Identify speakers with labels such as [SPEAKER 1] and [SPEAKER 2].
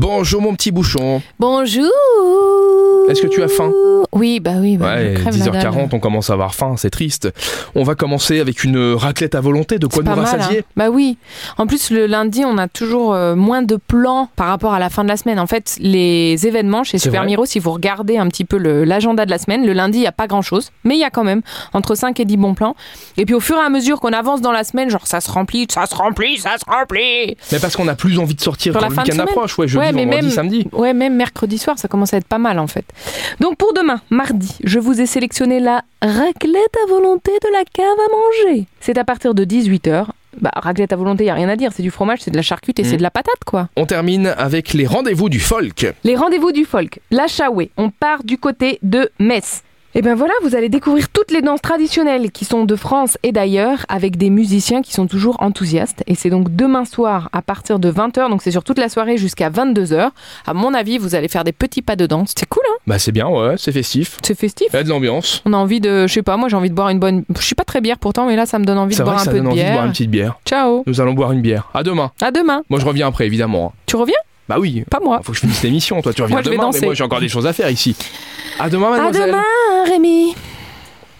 [SPEAKER 1] Bonjour mon petit bouchon.
[SPEAKER 2] Bonjour
[SPEAKER 1] Est-ce que tu as faim
[SPEAKER 2] Oui, bah oui, bah,
[SPEAKER 1] Ouais,
[SPEAKER 2] je crève,
[SPEAKER 1] 10h40,
[SPEAKER 2] madame.
[SPEAKER 1] on commence à avoir faim, c'est triste. On va commencer avec une euh, raclette à volonté, de quoi
[SPEAKER 2] C'est
[SPEAKER 1] nous
[SPEAKER 2] pas mal,
[SPEAKER 1] rassasier.
[SPEAKER 2] hein. Bah oui. En plus, le lundi, on a toujours euh, moins de plans par rapport à la fin de la semaine. En fait, les événements chez
[SPEAKER 1] C'est
[SPEAKER 2] Super
[SPEAKER 1] vrai.
[SPEAKER 2] Miro, si vous regardez un petit peu le- l'agenda de la semaine, le lundi, il n'y a pas grand-chose. Mais il y a quand même entre 5 et 10 bons plans. Et puis, au fur et à mesure qu'on avance dans la semaine, genre, ça se remplit, ça se remplit, ça se remplit.
[SPEAKER 1] Mais parce qu'on a plus envie de sortir
[SPEAKER 2] Sur
[SPEAKER 1] quand
[SPEAKER 2] la
[SPEAKER 1] le
[SPEAKER 2] fin de
[SPEAKER 1] week-end
[SPEAKER 2] semaine.
[SPEAKER 1] approche, ouais, jeudi,
[SPEAKER 2] Ouais, mais
[SPEAKER 1] vendredi,
[SPEAKER 2] même-
[SPEAKER 1] samedi.
[SPEAKER 2] Ouais, même mercredi soir, ça commence à être pas mal en fait. Donc pour demain, mardi, je vous ai sélectionné la raclette à volonté de la cave à manger. C'est à partir de 18h. Bah, raclette à volonté, y a rien à dire, c'est du fromage, c'est de la charcute et
[SPEAKER 1] Mhm.
[SPEAKER 2] c'est de la patate quoi.
[SPEAKER 1] On termine avec les rendez-vous du folk.
[SPEAKER 2] Les rendez-vous du folk, la chaoué, on part du côté de Metz. Et ben voilà, vous allez découvrir toutes les danses traditionnelles qui sont de France et d'ailleurs avec des musiciens qui sont toujours enthousiastes. Et c'est donc demain soir à partir de 20h, donc c'est sur toute la soirée jusqu'à 22h. À mon avis, vous allez faire des petits pas de danse. C'est cool, hein
[SPEAKER 1] Bah c'est bien, ouais, c'est festif.
[SPEAKER 2] C'est festif.
[SPEAKER 1] Il y a de l'ambiance.
[SPEAKER 2] On a envie de, je sais pas, moi j'ai envie de boire une bonne. Je suis pas très bière pourtant, mais là ça me donne envie
[SPEAKER 1] C'est
[SPEAKER 2] de
[SPEAKER 1] vrai
[SPEAKER 2] boire
[SPEAKER 1] que ça
[SPEAKER 2] un peu de
[SPEAKER 1] donne envie de
[SPEAKER 2] bière.
[SPEAKER 1] boire une petite bière.
[SPEAKER 2] Ciao.
[SPEAKER 1] Nous allons boire une bière. À demain.
[SPEAKER 2] À demain.
[SPEAKER 1] Moi je reviens après, évidemment.
[SPEAKER 2] Tu reviens
[SPEAKER 1] Bah oui,
[SPEAKER 2] Pas moi.
[SPEAKER 1] faut que je finisse l'émission. Toi tu reviens
[SPEAKER 2] Oh. Moi, je vais
[SPEAKER 1] demain, mais
[SPEAKER 2] danser.
[SPEAKER 1] moi j'ai encore des choses à faire ici. À demain,
[SPEAKER 2] À
[SPEAKER 1] mademoiselle.
[SPEAKER 2] demain, Rémi.